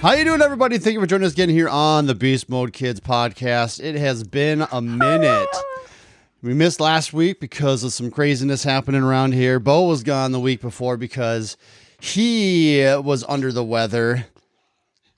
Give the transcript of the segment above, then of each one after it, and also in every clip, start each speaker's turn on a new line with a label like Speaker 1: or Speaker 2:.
Speaker 1: How you doing, everybody? Thank you for joining us again here on the Beast Mode Kids podcast. It has been a minute. We missed last week because of some craziness happening around here. Bo was gone the week before because he was under the weather,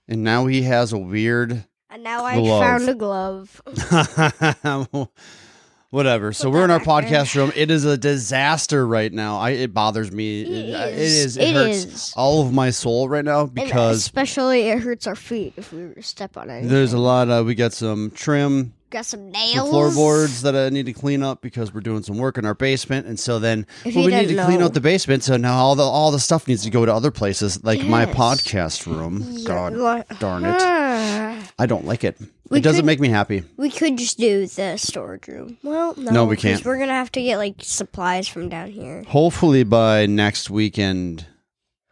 Speaker 1: and now he has a weird
Speaker 2: And now I
Speaker 1: Glove.
Speaker 2: found a glove.
Speaker 1: whatever. So we're in our podcast room. It is a disaster right now. I it bothers me. It, uh,
Speaker 2: It
Speaker 1: it
Speaker 2: is.
Speaker 1: is. It,
Speaker 2: It
Speaker 1: hurts
Speaker 2: is.
Speaker 1: all of my soul right now
Speaker 2: and
Speaker 1: because
Speaker 2: especially it hurts our feet if we were to step on it.
Speaker 1: there's a lot of we got some trim
Speaker 2: Got some
Speaker 1: the
Speaker 2: nails.
Speaker 1: floorboards that I need to clean up because we're doing some work in our basement, and so then
Speaker 2: If
Speaker 1: well,
Speaker 2: you
Speaker 1: we need to
Speaker 2: didn't
Speaker 1: clean
Speaker 2: know.
Speaker 1: out the basement. So now all the all the stuff needs to go to other places, like my
Speaker 2: Yes.
Speaker 1: podcast room. God
Speaker 2: God
Speaker 1: darn it, I don't like it.
Speaker 2: We
Speaker 1: it doesn't
Speaker 2: could-
Speaker 1: make me happy.
Speaker 2: We could just do the storage room. Well, no,
Speaker 1: No, we
Speaker 2: 'cause
Speaker 1: can't.
Speaker 2: We're gonna have to get like supplies from down here.
Speaker 1: Hopefully by next weekend,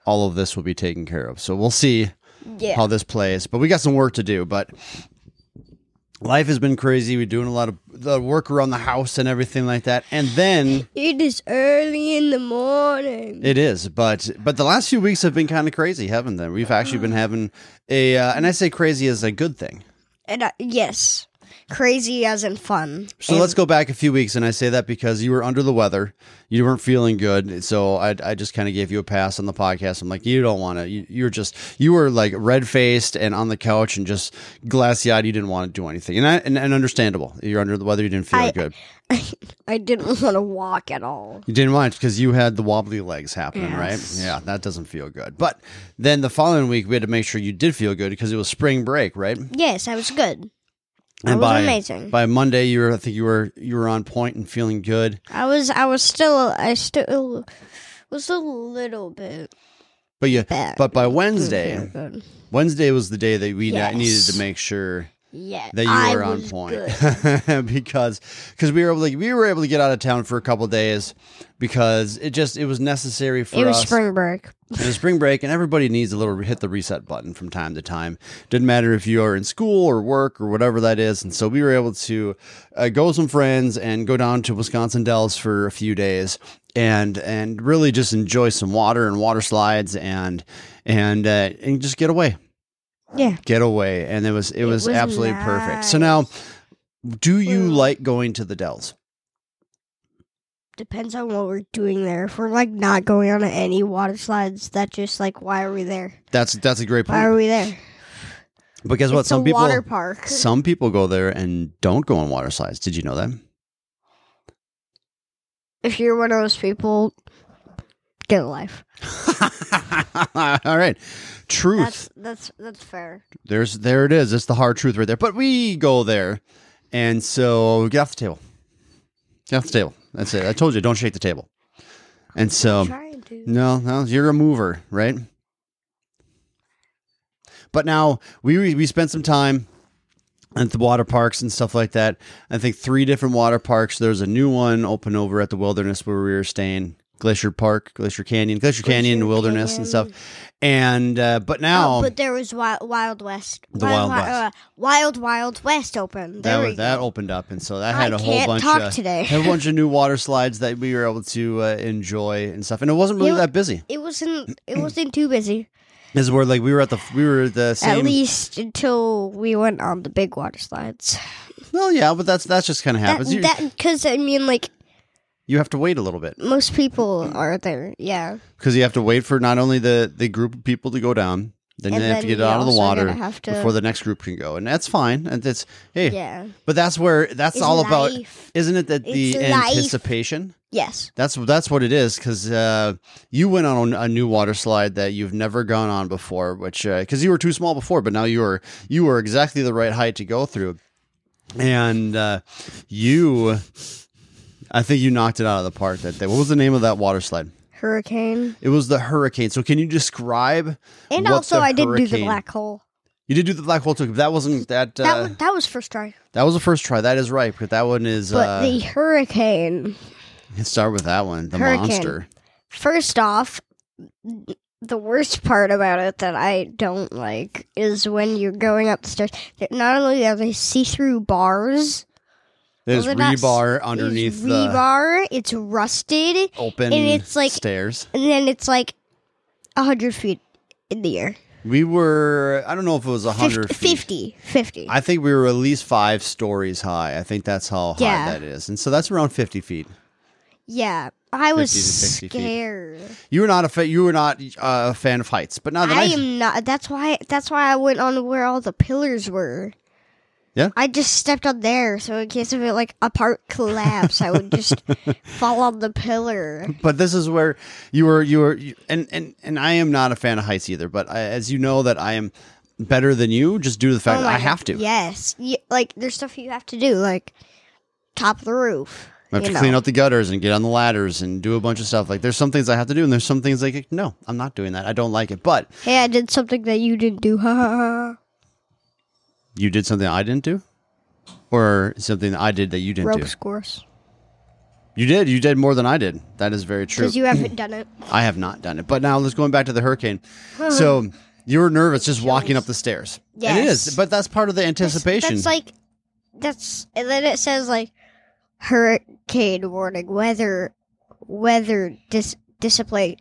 Speaker 1: all of this will be taken care of. So we'll see
Speaker 2: Yeah,
Speaker 1: how this plays, but we got some work to do. But life has been crazy. We're doing a lot of the work around the house and everything like that, and then.
Speaker 2: it is early in the morning.
Speaker 1: It is, but but the last few weeks have been kind of crazy, haven't they? We've actually been having a, uh, and I say crazy is a good thing.
Speaker 2: and I, yes, crazy as in fun.
Speaker 1: So let's go back a few weeks, and I say that because you were under the weather, you weren't feeling good, so I, I just kind of gave you a pass on the podcast. I'm like, you don't want to. You, you're just you were like red faced and on the couch and just glassy eyed. You didn't want to do anything, and, I, and and understandable. You're under the weather. You didn't feel
Speaker 2: I-
Speaker 1: good.
Speaker 2: I didn't want to walk at all.
Speaker 1: You didn't watch because you had the wobbly legs happening,
Speaker 2: Yes.
Speaker 1: right? Yeah, that doesn't feel good. But then the following week, we had to make sure you did feel good because it was spring break, right? And
Speaker 2: Yes, I was good. I was
Speaker 1: by,
Speaker 2: amazing.
Speaker 1: By Monday, you were I think you were you were on point and feeling good.
Speaker 2: I was. I was still. I still was a little bit
Speaker 1: But you,
Speaker 2: Bad.
Speaker 1: but by Wednesday,
Speaker 2: Good.
Speaker 1: Wednesday was the day that we na-
Speaker 2: Mm-hmm. Yes.
Speaker 1: needed to make sure
Speaker 2: Yeah,
Speaker 1: that you
Speaker 2: I
Speaker 1: were on
Speaker 2: was
Speaker 1: point
Speaker 2: good.
Speaker 1: because because we were able to, we were able to get out of town for a couple days because it just it was necessary for
Speaker 2: It was
Speaker 1: us.
Speaker 2: spring break.
Speaker 1: It was spring break, and everybody needs a little hit the reset button from time to time. Didn't matter if you are in school or work or whatever that is. And so we were able to uh, go with some friends and go down to Wisconsin Dells for a few days and and really just enjoy some water and water slides and and uh, and just get away,
Speaker 2: Yeah,
Speaker 1: get away. And it was it, was,
Speaker 2: was
Speaker 1: absolutely perfect. So now, do you like going to the Dells?
Speaker 2: depends on what we're doing there. If we're like not going on any water slides, that just like why are we there?
Speaker 1: That's that's a great
Speaker 2: Why are
Speaker 1: point.
Speaker 2: we there?
Speaker 1: Because what
Speaker 2: it's
Speaker 1: some
Speaker 2: a
Speaker 1: people
Speaker 2: water park.
Speaker 1: some people go there and don't go on water slides. Did you know that?
Speaker 2: If you're one of those people, get a life.
Speaker 1: All right. Truth.
Speaker 2: That's that's that's fair.
Speaker 1: There's there it is. It's the hard truth right there. But we go there. And so get off the table. Get off the table. That's it. I told you, don't shake the table. And so
Speaker 2: Trying to.
Speaker 1: no, no, you're a mover, right? But now we we spent some time at the water parks and stuff like that. I think three different water parks. There's a new one open over at the Wilderness where we were staying, Glacier Park, Glacier Canyon, Glacier, Canyon
Speaker 2: Glacier
Speaker 1: Wilderness and stuff.
Speaker 2: Canyon.
Speaker 1: And uh, but now
Speaker 2: Oh, but there was Wild, Wild West.
Speaker 1: The Wild
Speaker 2: Wi-
Speaker 1: West.
Speaker 2: Uh, Wild Wild West open. There
Speaker 1: that
Speaker 2: we
Speaker 1: was,
Speaker 2: go.
Speaker 1: that opened up, and so that
Speaker 2: I
Speaker 1: had a whole
Speaker 2: can't
Speaker 1: bunch
Speaker 2: talk
Speaker 1: of
Speaker 2: today.
Speaker 1: had a bunch of new water slides that we were able to uh, enjoy and stuff. And it wasn't really
Speaker 2: You-
Speaker 1: that busy.
Speaker 2: It wasn't. It wasn't too busy.
Speaker 1: This is where like we were at the we were at the same
Speaker 2: At least until we went on the big water slides.
Speaker 1: Well, yeah, but that's that's just kind of happens. you,
Speaker 2: That because I mean, like
Speaker 1: you have to wait a little bit
Speaker 2: most people
Speaker 1: Mm.
Speaker 2: are there. Yeah,
Speaker 1: because you have to wait for not only the the group of people to go down, then
Speaker 2: And
Speaker 1: they have to
Speaker 2: then
Speaker 1: get
Speaker 2: you
Speaker 1: out of the
Speaker 2: also
Speaker 1: water
Speaker 2: gotta have to-
Speaker 1: before the next group can go, and that's fine. And that's hey,
Speaker 2: yeah.
Speaker 1: but that's where that's
Speaker 2: It's
Speaker 1: all about,
Speaker 2: life.
Speaker 1: isn't it? That the
Speaker 2: It's life.
Speaker 1: anticipation.
Speaker 2: Yes.
Speaker 1: That's that's what it is because uh, you went on a new water slide that you've never gone on before, which because you were too small before, but now you are you are exactly the right height to go through, and uh, you, I think you knocked it out of the park that day. What was the name of that water slide?
Speaker 2: Hurricane.
Speaker 1: It was the hurricane. So can you describe?
Speaker 2: And
Speaker 1: what
Speaker 2: also,
Speaker 1: the
Speaker 2: I did do the
Speaker 1: hurricane-
Speaker 2: black hole.
Speaker 1: You did do the black hole too. but That wasn't that. Uh,
Speaker 2: That
Speaker 1: that,
Speaker 2: wa- that was first try.
Speaker 1: was the first try. That is right, but that one is.
Speaker 2: But
Speaker 1: uh,
Speaker 2: the hurricane.
Speaker 1: let's start with that one. The
Speaker 2: Hurricane.
Speaker 1: monster.
Speaker 2: First off, the worst part about it that I don't like is when you're going up the stairs. that Not only are they see-through bars,
Speaker 1: There's
Speaker 2: they're not s-
Speaker 1: rebar
Speaker 2: there's
Speaker 1: underneath the
Speaker 2: rebar. It's rusted,
Speaker 1: open
Speaker 2: and it's like-
Speaker 1: stairs.
Speaker 2: and then it's like a hundred feet in the air.
Speaker 1: We were, I don't know if it was 100
Speaker 2: 50,
Speaker 1: feet.
Speaker 2: 50, 50.
Speaker 1: I think we were at least five stories high. I think that's how high
Speaker 2: Yeah.
Speaker 1: that is. And so that's around 50 feet.
Speaker 2: yeah. I was
Speaker 1: 50 to 60 feet.
Speaker 2: scared.
Speaker 1: You were not a fa- you were not uh, a fan of heights, but now that
Speaker 2: I
Speaker 1: I,
Speaker 2: am not. That's why. That's why I went on where all the pillars were.
Speaker 1: Yeah?
Speaker 2: I just stepped on there, so in case of it like a part collapse, I would just fall on the pillar.
Speaker 1: but this is where you were you were you, and and and I am not a fan of heights either. But I, as you know that I am better than you just due to the fact
Speaker 2: Oh
Speaker 1: that
Speaker 2: my
Speaker 1: I
Speaker 2: God,
Speaker 1: have to.
Speaker 2: Yes, Y like there's stuff you have to do, like top the roof.
Speaker 1: I have
Speaker 2: you
Speaker 1: to
Speaker 2: know.
Speaker 1: clean up the gutters and get on the ladders and do a bunch of stuff. Like there's some things I have to do, and there's some things like no, I'm not doing that. I don't like it. But
Speaker 2: Hey, I did something that you didn't do. Ha ha ha.
Speaker 1: you did something I didn't do, or something that I did that you didn't
Speaker 2: Ropes
Speaker 1: do.
Speaker 2: course,
Speaker 1: You did. You did more than I did. That is very true.
Speaker 2: because you haven't done it.
Speaker 1: I have not done it. But now let's going back to the hurricane. so you were nervous just walking up the stairs. It
Speaker 2: Yes.
Speaker 1: is, but that's part of the anticipation.
Speaker 2: That's like that's and then it says like hurricane warning, weather, weather dis dissipate,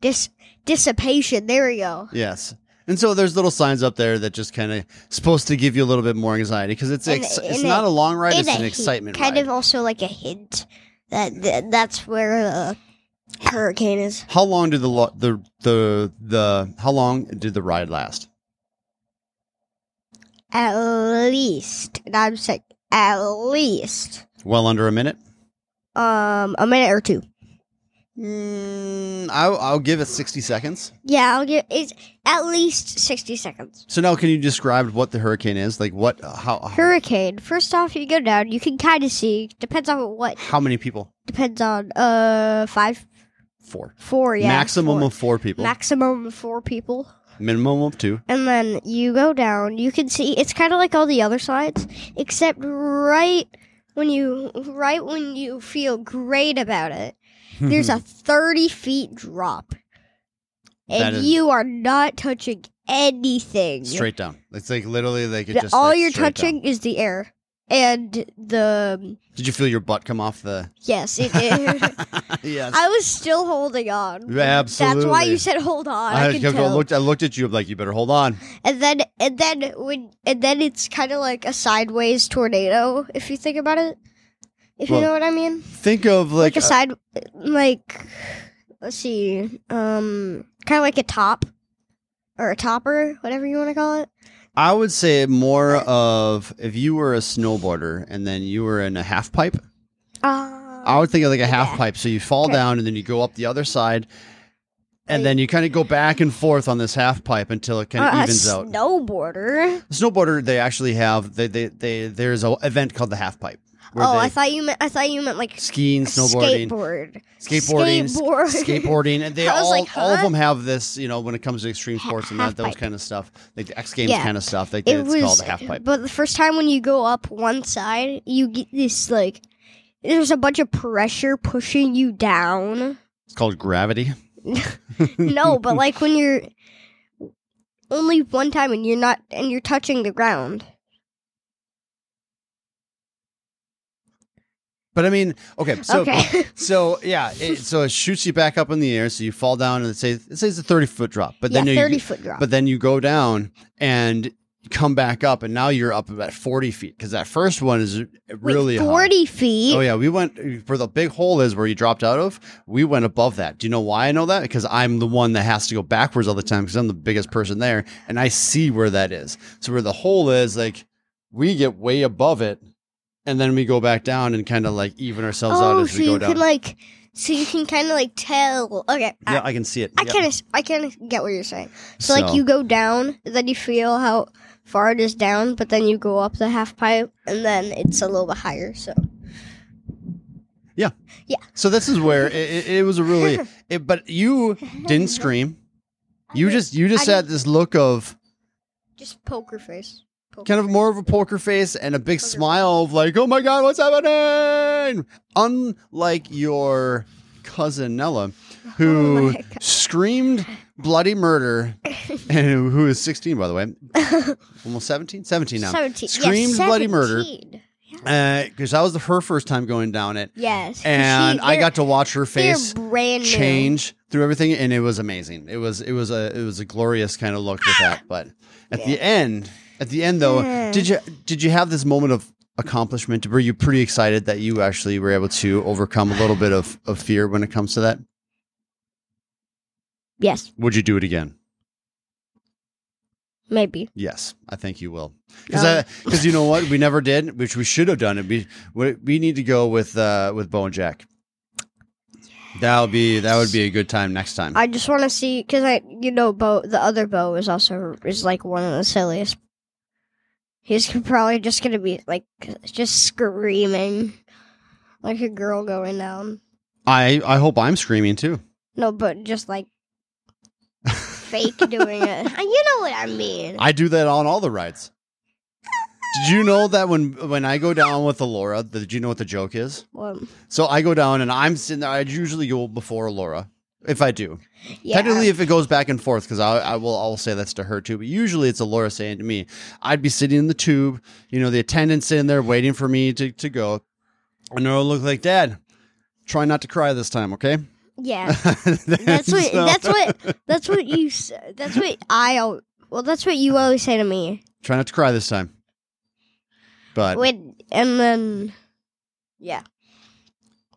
Speaker 2: dis dissipation. There we go.
Speaker 1: yes. And so there's little signs up there that just kind of supposed to give you a little bit more anxiety because it's
Speaker 2: And-
Speaker 1: ex-
Speaker 2: and
Speaker 1: it's
Speaker 2: it-
Speaker 1: not a long ride,
Speaker 2: And
Speaker 1: it's
Speaker 2: a
Speaker 1: an
Speaker 2: hint,
Speaker 1: excitement
Speaker 2: kind
Speaker 1: ride.
Speaker 2: of also like a hint that, that that's where the hurricane is.
Speaker 1: how long did the lo- the the the how long did the ride last?
Speaker 2: At least, and I'm sick. At least,
Speaker 1: Well under a minute.
Speaker 2: um, a minute or two.
Speaker 1: Mm, I'll, I'll give it 60 seconds.
Speaker 2: Yeah, I'll give it's at least sixty seconds.
Speaker 1: So now, can you describe what the hurricane is? Like what? How? How,
Speaker 2: Hurricane. First off, you go down. You can kind of see. Depends on what.
Speaker 1: how many people?
Speaker 2: Depends on uh five,
Speaker 1: Four.
Speaker 2: four. Yeah,
Speaker 1: maximum
Speaker 2: four.
Speaker 1: of four people.
Speaker 2: maximum of four people.
Speaker 1: minimum of two.
Speaker 2: And then you go down. You can see it's kind of like all the other slides, except right when you right when you feel great about it,
Speaker 1: Mm-hmm.
Speaker 2: there's a thirty feet drop,
Speaker 1: That
Speaker 2: and
Speaker 1: is-
Speaker 2: you are not touching anything.
Speaker 1: straight down. It's like literally like it
Speaker 2: The-
Speaker 1: just
Speaker 2: all
Speaker 1: like,
Speaker 2: you're
Speaker 1: straight
Speaker 2: touching
Speaker 1: down.
Speaker 2: is the air and the
Speaker 1: Did you feel your butt come off the?
Speaker 2: yes. It, it-
Speaker 1: yes.
Speaker 2: I was still holding on. That's why
Speaker 1: Absolutely.
Speaker 2: you said hold on. I,
Speaker 1: I,
Speaker 2: can
Speaker 1: kept- I
Speaker 2: tell.
Speaker 1: looked. I looked at you. I'm like, you better hold on.
Speaker 2: And then and then when and then it's kind of like a sideways tornado if you think about it. If
Speaker 1: Well,
Speaker 2: you know what I mean.
Speaker 1: Think of like, uh,
Speaker 2: Like a side like let's see. Um kind of like a top or a topper, whatever you want to call it.
Speaker 1: I would say more of if you were a snowboarder and then you were in a half pipe.
Speaker 2: Uh,
Speaker 1: I would think of like a half
Speaker 2: Yeah.
Speaker 1: pipe. So you fall
Speaker 2: Okay.
Speaker 1: down and then you go up the other side, and
Speaker 2: Like-
Speaker 1: then you kind of go back and forth on this half pipe until it kind of
Speaker 2: uh,
Speaker 1: evens
Speaker 2: a
Speaker 1: out.
Speaker 2: snowboarder.
Speaker 1: Snowboarder, they actually have they they, they there's a event called the half pipe where
Speaker 2: oh,
Speaker 1: they
Speaker 2: I thought you meant I thought you meant like
Speaker 1: skiing,
Speaker 2: a
Speaker 1: snowboarding,
Speaker 2: skateboard.
Speaker 1: skateboarding, s-
Speaker 2: Skateboard.
Speaker 1: skateboarding, and they
Speaker 2: I was
Speaker 1: all
Speaker 2: like,
Speaker 1: all of
Speaker 2: huh?
Speaker 1: them have this. You know, when it comes to extreme
Speaker 2: Ha-
Speaker 1: sports and that, those
Speaker 2: halfpipe.
Speaker 1: kind of stuff, like the X Games
Speaker 2: Yeah.
Speaker 1: kind of stuff. Like
Speaker 2: it
Speaker 1: it's
Speaker 2: was
Speaker 1: called the half pipe.
Speaker 2: but the first time when you go up one side you get this like there's a bunch of pressure pushing you down
Speaker 1: It's called gravity.
Speaker 2: no but like when you're only one time and you're not and you're touching the ground
Speaker 1: But I mean, okay, so
Speaker 2: okay
Speaker 1: so yeah, it, so it shoots you back up in the air, so you fall down, and it says it says a thirty foot drop, but
Speaker 2: yeah
Speaker 1: then
Speaker 2: 30
Speaker 1: you,
Speaker 2: foot drop
Speaker 1: but then you go down and come back up, and now you're up about forty feet because that first one is
Speaker 2: Wait,
Speaker 1: really high.
Speaker 2: 40 feet
Speaker 1: Oh yeah, we went where the big hole is where you dropped out of. We went above that. Do you know why I know that? Because I'm the one that has to go backwards all the time because I'm the biggest person there, and I see where that is. So where the hole is, like we get way above it, and then we go back down and kind of like even ourselves out
Speaker 2: oh
Speaker 1: as
Speaker 2: so
Speaker 1: we go
Speaker 2: you
Speaker 1: down.
Speaker 2: can like so you can kind of like tell okay I-
Speaker 1: yeah, I can see it.
Speaker 2: I
Speaker 1: Yep.
Speaker 2: kind of I kind of get what you're saying. So,
Speaker 1: So-
Speaker 2: like you go down, then you feel how far it is down, but then you go up the half pipe, and then it's a little bit higher. So
Speaker 1: So this is where it, it, it was a really. It, but you didn't scream. You just you just
Speaker 2: I
Speaker 1: had this look of
Speaker 2: just poker face. Poker
Speaker 1: kind of
Speaker 2: face.
Speaker 1: more of a poker face and a big
Speaker 2: Poker
Speaker 1: smile of like, oh my god, what's happening? Unlike your cousin Nella,
Speaker 2: Oh
Speaker 1: who
Speaker 2: my God.
Speaker 1: screamed bloody murder, and who is 16 by the way, almost 17, 17 now.
Speaker 2: seventeen.
Speaker 1: Screamed
Speaker 2: yeah,
Speaker 1: bloody murder.
Speaker 2: 17. Yeah.
Speaker 1: because that was her first time going down it,
Speaker 2: Yes.
Speaker 1: and
Speaker 2: She-
Speaker 1: I
Speaker 2: they're-
Speaker 1: got to watch her
Speaker 2: they're
Speaker 1: face
Speaker 2: brand new.
Speaker 1: change through everything, and it was amazing. It was it was a it was a glorious kind of look with that. But at the end, at the end though,
Speaker 2: Yeah.
Speaker 1: did you did you have this moment of accomplishment? Were you pretty excited that you actually were able to overcome a little bit of of fear when it comes to that?
Speaker 2: Yes,
Speaker 1: Would you do it again?
Speaker 2: maybe.
Speaker 1: Yes, I think you will. Because
Speaker 2: No.
Speaker 1: you know what, we never did, which we should have done. It we we need to go with uh, with Bo and Jack. That would be that would be a good time next time.
Speaker 2: I just want to see because I, you know, Bo, the other Bo is also is like one of the silliest. He's probably just gonna be like just screaming, like a girl going down.
Speaker 1: I I hope I'm screaming too.
Speaker 2: No, but just like fake doing it. You know what I mean?
Speaker 1: I do that on all the rides. Did you know that when when I go down with Alora, did you know what the joke is?
Speaker 2: Well,
Speaker 1: So I go down and I'm sitting there. I usually go before Alora if I do.
Speaker 2: yeah.
Speaker 1: Technically, if it goes back and forth, because I, I will, I will say that's to her too. But usually, it's Alora saying to me, "I'd be sitting in the tube, you know, the attendant's sitting there waiting for me to to go." And it'll look like, "Dad, try not to cry this time, okay?"
Speaker 2: yeah. That's what.
Speaker 1: So-
Speaker 2: That's what. That's what you. s- That's what I. al- Well, that's what you always say to me.
Speaker 1: Try not to cry this time. But
Speaker 2: When and then, yeah.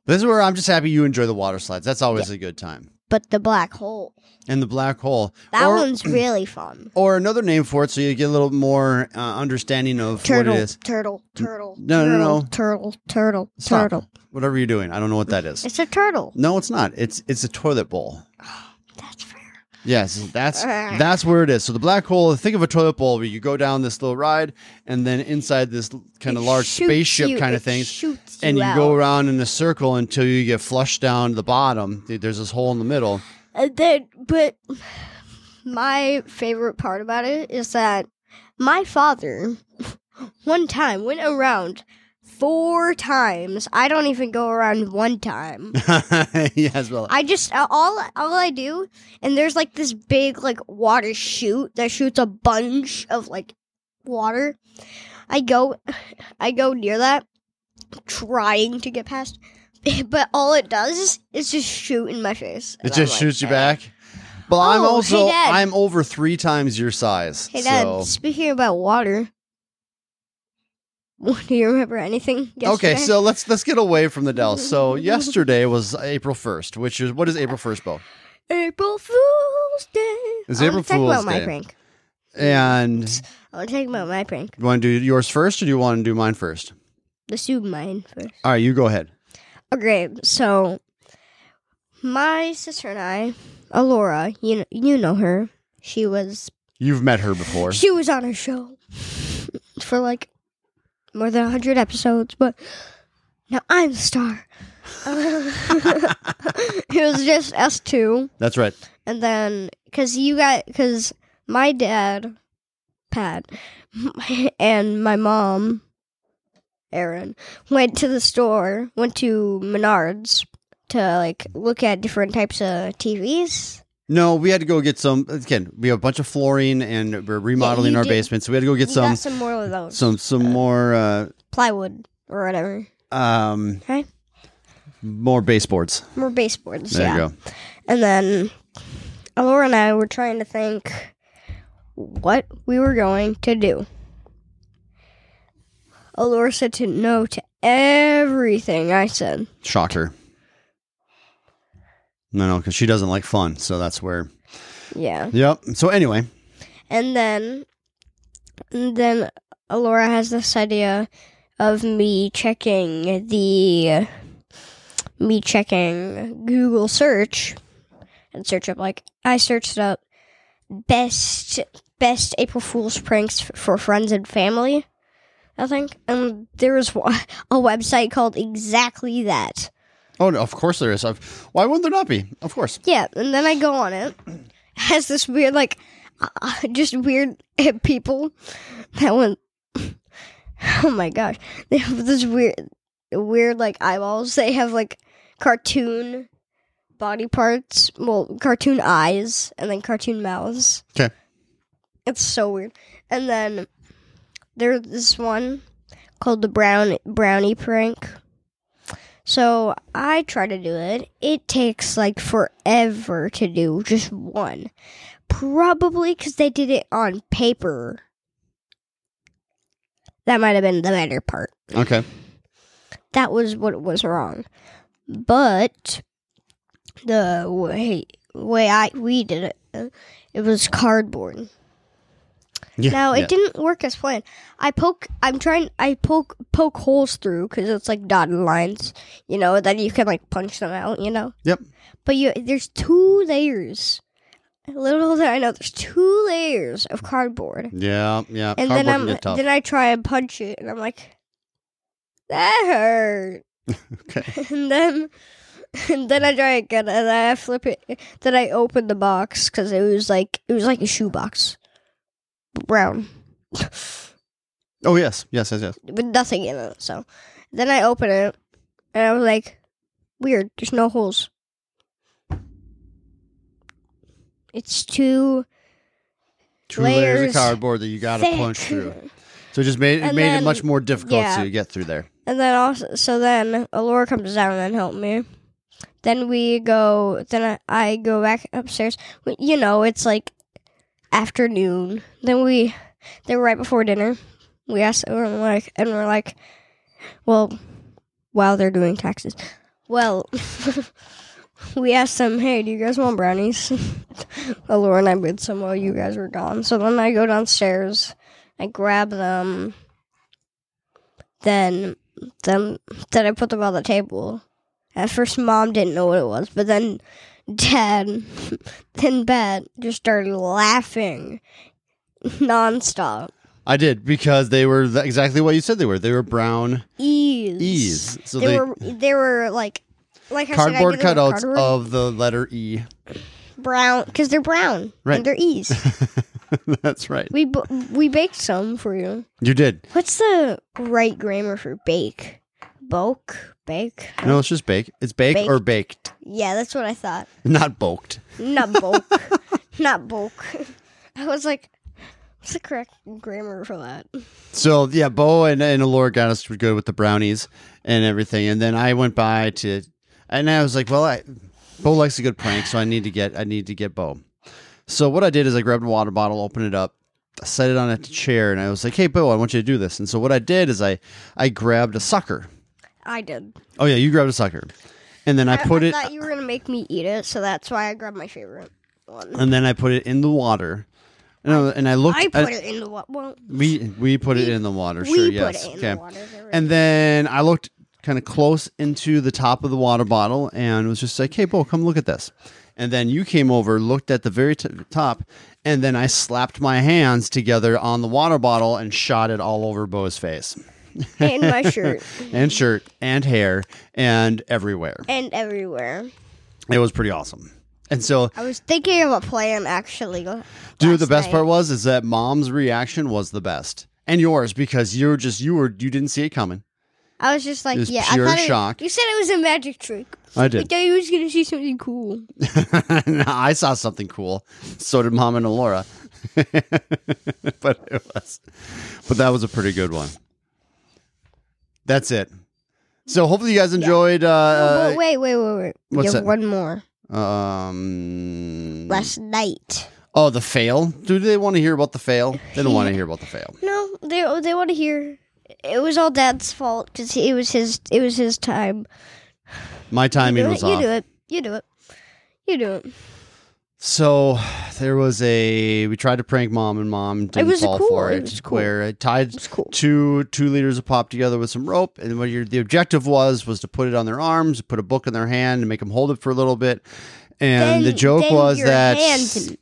Speaker 1: this is where I'm just happy you enjoy the water slides. That's always a good time.
Speaker 2: But the black hole.
Speaker 1: And the black hole,
Speaker 2: That
Speaker 1: or,
Speaker 2: one's really fun.
Speaker 1: or another name for it, so you get a little more uh, understanding of
Speaker 2: Turtle,
Speaker 1: what it is.
Speaker 2: turtle, turtle.
Speaker 1: No, no,
Speaker 2: turtle,
Speaker 1: no, no.
Speaker 2: Turtle, turtle,
Speaker 1: Stop.
Speaker 2: turtle.
Speaker 1: Whatever you're doing, I don't know what that is.
Speaker 2: It's a turtle.
Speaker 1: No, it's not. It's it's a toilet bowl.
Speaker 2: That's fair.
Speaker 1: Yes, that's
Speaker 2: Ugh.
Speaker 1: that's where it is. So the black hole, think of a toilet bowl where you go down this little ride and then inside this kind of
Speaker 2: It
Speaker 1: large
Speaker 2: shoots
Speaker 1: spaceship
Speaker 2: you-
Speaker 1: kind
Speaker 2: it
Speaker 1: of thing.
Speaker 2: shoots
Speaker 1: And you
Speaker 2: out.
Speaker 1: go around in a circle until you get flushed down to the bottom. Th- There's this hole in the middle.
Speaker 2: And Uh, then, but my favorite part about it is that my father one time went around four times. I don't even go around one time.
Speaker 1: yes, well,
Speaker 2: I just uh, all all I do, and there's like this big like water chute that shoots a bunch of like water. I go, I go near that, trying to get past, but all it does is just shoot in my face.
Speaker 1: it
Speaker 2: And
Speaker 1: just
Speaker 2: I'm like,
Speaker 1: shoots you
Speaker 2: "Eh."
Speaker 1: back. But I'm
Speaker 2: Oh, hey,
Speaker 1: also
Speaker 2: Dad.
Speaker 1: I'm over three times your size.
Speaker 2: Hey Dad,
Speaker 1: so.
Speaker 2: speaking about water, do you remember anything?
Speaker 1: Okay,
Speaker 2: yesterday?
Speaker 1: so let's let's get away from the Dells. So yesterday was April first, which is what is April first, Bo?
Speaker 2: April Fool's Day.
Speaker 1: It's
Speaker 2: I wanna
Speaker 1: April
Speaker 2: talk about
Speaker 1: Fool's
Speaker 2: my
Speaker 1: Day.
Speaker 2: prank.
Speaker 1: And
Speaker 2: I want to talk about my prank.
Speaker 1: you want to do yours first, or do you want to do mine first?
Speaker 2: Let's do mine first.
Speaker 1: All right, you go ahead.
Speaker 2: Okay, so my sister and I, Alora, you know, you know her. She was
Speaker 1: You've met her before.
Speaker 2: she was on a show for like more than hundred episodes, but now I'm the star. it was just us two,
Speaker 1: That's right.
Speaker 2: and then because you got because my dad, Pat, and my mom, Aaron, went to the store, went to Menards to like look at different types of TVs.
Speaker 1: No, we had to go get some. Again, we have a bunch of flooring and we're remodeling
Speaker 2: you
Speaker 1: our
Speaker 2: did.
Speaker 1: basement, so we had to go get
Speaker 2: we
Speaker 1: some,
Speaker 2: got some more of those
Speaker 1: some, some more, uh,
Speaker 2: plywood or whatever.
Speaker 1: um,
Speaker 2: Okay,
Speaker 1: more baseboards.
Speaker 2: more baseboards.
Speaker 1: There
Speaker 2: yeah.
Speaker 1: you go.
Speaker 2: And then Alora and I were trying to think what we were going to do. Alora said to no to everything I said.
Speaker 1: Shocker. No, no, because she doesn't like fun, so that's where.
Speaker 2: Yeah.
Speaker 1: Yep. So anyway,
Speaker 2: And then and then Alora has this idea of me checking the me checking Google search and search up like I searched up best best April Fools pranks f- for friends and family. I think, and there was wa- a website called exactly that.
Speaker 1: oh, no, of course there is. I've, why wouldn't there not be? Of course.
Speaker 2: Yeah, and then I go on it. It Has this weird like uh, just weird people that went. Oh my gosh, they have this weird, weird like eyeballs. They have like cartoon body parts, well, cartoon eyes, and then cartoon mouths.
Speaker 1: 'Kay.
Speaker 2: it's so weird. And then there's this one called the brown brownie prank. So I try to do it. It takes like forever to do just one. Probably because they did it on paper. That might have been the better part.
Speaker 1: Okay.
Speaker 2: That was what was wrong. But the way way I we did it, uh, it was cardboard.
Speaker 1: Yeah.
Speaker 2: Now it
Speaker 1: yeah.
Speaker 2: didn't work as planned. I poke. I'm trying. I poke poke holes through because it's like dotted lines, you know. Then you can like punch them out, you know.
Speaker 1: Yep.
Speaker 2: But you there's two layers. Little did I know there's two layers of cardboard,
Speaker 1: Yeah. Yeah. Cardboard
Speaker 2: and then I'm
Speaker 1: can get tough.
Speaker 2: then I try and punch it, and I'm like, that hurt
Speaker 1: okay.
Speaker 2: and then and then I try again, and I flip it. Then I open the box because it was like it was like a shoebox, brown
Speaker 1: Oh yes. Yes. Yes. Yes.
Speaker 2: with nothing in it. So then I open it, and I was like, "Weird, there's no holes. It's too
Speaker 1: Two layers,
Speaker 2: Layers
Speaker 1: of cardboard that you got to
Speaker 2: thick."
Speaker 1: punch through. So it just made it
Speaker 2: And
Speaker 1: made it
Speaker 2: then-
Speaker 1: much more difficult
Speaker 2: yeah.
Speaker 1: to get through there.
Speaker 2: And then also, so then Alora comes down and help me. Then we go. Then I, I go back upstairs. We- You know, it's like afternoon. Then we, then right before dinner, we ask and we're like, and we're like, well, while they're doing taxes, well, we asked them, hey, do you guys want brownies? Alora and I made some while you guys were gone. So then I go downstairs, I grab them. Then then then I put them on the table. At first, mom didn't know what it was, but then dad, then Ben just started laughing nonstop.
Speaker 1: I did because they were th- exactly what you said they were. They were brown
Speaker 2: Ease.
Speaker 1: E's. So
Speaker 2: they,
Speaker 1: they,
Speaker 2: were they were like like I
Speaker 1: cardboard
Speaker 2: said, I did it with
Speaker 1: cutouts
Speaker 2: cardboard,
Speaker 1: of the letter E.
Speaker 2: brown because they're brown
Speaker 1: Right.
Speaker 2: and they're ease.
Speaker 1: That's right.
Speaker 2: we bu- we baked some for you.
Speaker 1: You did.
Speaker 2: What's the right grammar for bake? Bulk, bake.
Speaker 1: No, it's just bake. It's bake or baked,
Speaker 2: Yeah, that's what I thought.
Speaker 1: not bulked.
Speaker 2: Not bulk. Not bulk. I was like, what's the correct grammar for that?
Speaker 1: So yeah, Bo and and Allure got us good with the brownies and everything, and then I went by to, and I was like, well, I, Bo likes a good prank, so I need to get I need to get Bo. So what I did is I grabbed a water bottle, opened it up, set it on a chair, and I was like, hey, Bo, I want you to do this. And so what I did is I I grabbed a sucker.
Speaker 2: I did.
Speaker 1: Oh yeah, you grabbed a sucker, and then I put it
Speaker 2: thought you were going to make me eat it, so that's why I grabbed my favorite one.
Speaker 1: and then I put it in the water. And I, and I looked.
Speaker 2: I
Speaker 1: I-
Speaker 2: put it in the water. Well,
Speaker 1: We we put it in the water.
Speaker 2: we
Speaker 1: sure,
Speaker 2: put
Speaker 1: yes.
Speaker 2: it in
Speaker 1: okay.
Speaker 2: the water. There we-
Speaker 1: And then I looked kind of close into the top of the water bottle and was just like, "Hey, Bo, come look at this." And then you came over, looked at the very t- top, and then I slapped my hands together on the water bottle and shot it all over Bo's face
Speaker 2: in my shirt.
Speaker 1: and shirt and hair and everywhere.
Speaker 2: And everywhere.
Speaker 1: It was pretty awesome. And so,
Speaker 2: I was thinking of a plan, actually. l-
Speaker 1: dude,
Speaker 2: last
Speaker 1: the best
Speaker 2: night.
Speaker 1: part was is that mom's reaction was the best, and yours because you were just you were you didn't see it coming.
Speaker 2: I was just like,
Speaker 1: It was
Speaker 2: yeah,
Speaker 1: pure
Speaker 2: I thought
Speaker 1: shock.
Speaker 2: It, you said it was a magic trick.
Speaker 1: I
Speaker 2: I
Speaker 1: did.
Speaker 2: thought you was going to see something cool.
Speaker 1: No, I saw something cool. So did Mom and Laura. but it was, but that was a pretty good one. That's it. So hopefully you guys enjoyed.
Speaker 2: Oh,
Speaker 1: Uh,
Speaker 2: but wait, wait, wait, wait.
Speaker 1: what's
Speaker 2: you have
Speaker 1: that?
Speaker 2: one more.
Speaker 1: um.
Speaker 2: Last night.
Speaker 1: Oh, the fail. Do they want to hear about the fail? They don't want to hear about the fail.
Speaker 2: No, they they want to hear. It was all Dad's fault because it was his it was his time.
Speaker 1: My timing
Speaker 2: do
Speaker 1: was
Speaker 2: it, you
Speaker 1: off.
Speaker 2: do it. You do it. You do it.
Speaker 1: So there was a we tried to prank mom and mom didn't
Speaker 2: was
Speaker 1: fall
Speaker 2: cool.
Speaker 1: for it.
Speaker 2: It was cool.
Speaker 1: Where I tied
Speaker 2: was cool.
Speaker 1: two two liters of pop together with some rope, and what your the objective was was to put it on their arms, put a book in their hand, and make them hold it for a little bit. And
Speaker 2: Then-
Speaker 1: the joke
Speaker 2: then
Speaker 1: was
Speaker 2: your
Speaker 1: that
Speaker 2: hand-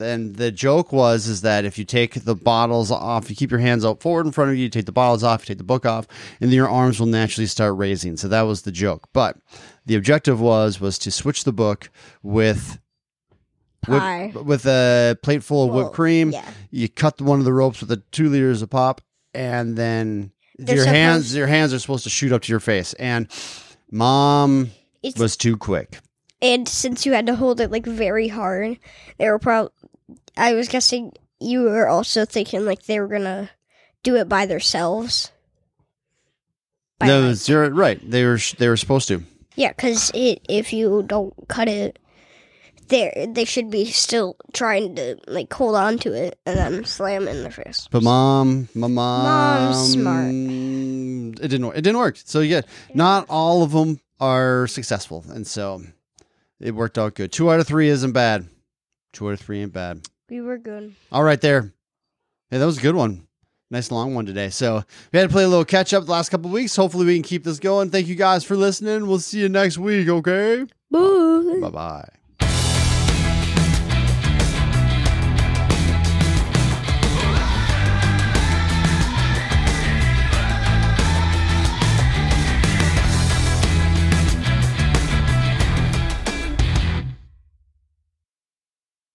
Speaker 1: and the joke was is that if you take the bottles off, you keep your hands out forward in front of you, you take the bottles off, you take the book off, and then your arms will naturally start raising. So that was the joke. But the objective was was to switch the book with whip-
Speaker 2: Pie.
Speaker 1: with a plate full of
Speaker 2: Well,
Speaker 1: whipped cream.
Speaker 2: yeah.
Speaker 1: You cut one of the ropes with the two liters of pop, and then
Speaker 2: They're
Speaker 1: your hands
Speaker 2: supposed-
Speaker 1: your hands are supposed to shoot up to your face. And mom
Speaker 2: It's-
Speaker 1: was too quick.
Speaker 2: and since you had to hold it like very hard, they were probably. I was guessing you were also thinking like they were gonna do it by themselves. by
Speaker 1: no,
Speaker 2: right.
Speaker 1: zero. Right. They were sh- they were supposed to.
Speaker 2: Yeah, because it if you don't cut it, there they should be still trying to like hold on to it and then slam in the fist.
Speaker 1: But mom, my mom,
Speaker 2: Mom's smart.
Speaker 1: It didn't. work. It didn't work. So yeah, not all of them are successful, and so it worked out good. Two out of three isn't bad. Two out of three ain't bad.
Speaker 2: We were good.
Speaker 1: All right, there. Yeah, that was a good one. Nice long one today. So we had to play a little catch up the last couple of weeks. Hopefully, we can keep this going. Thank you guys for listening. We'll see you next week. Okay.
Speaker 2: Boo.
Speaker 1: Bye bye.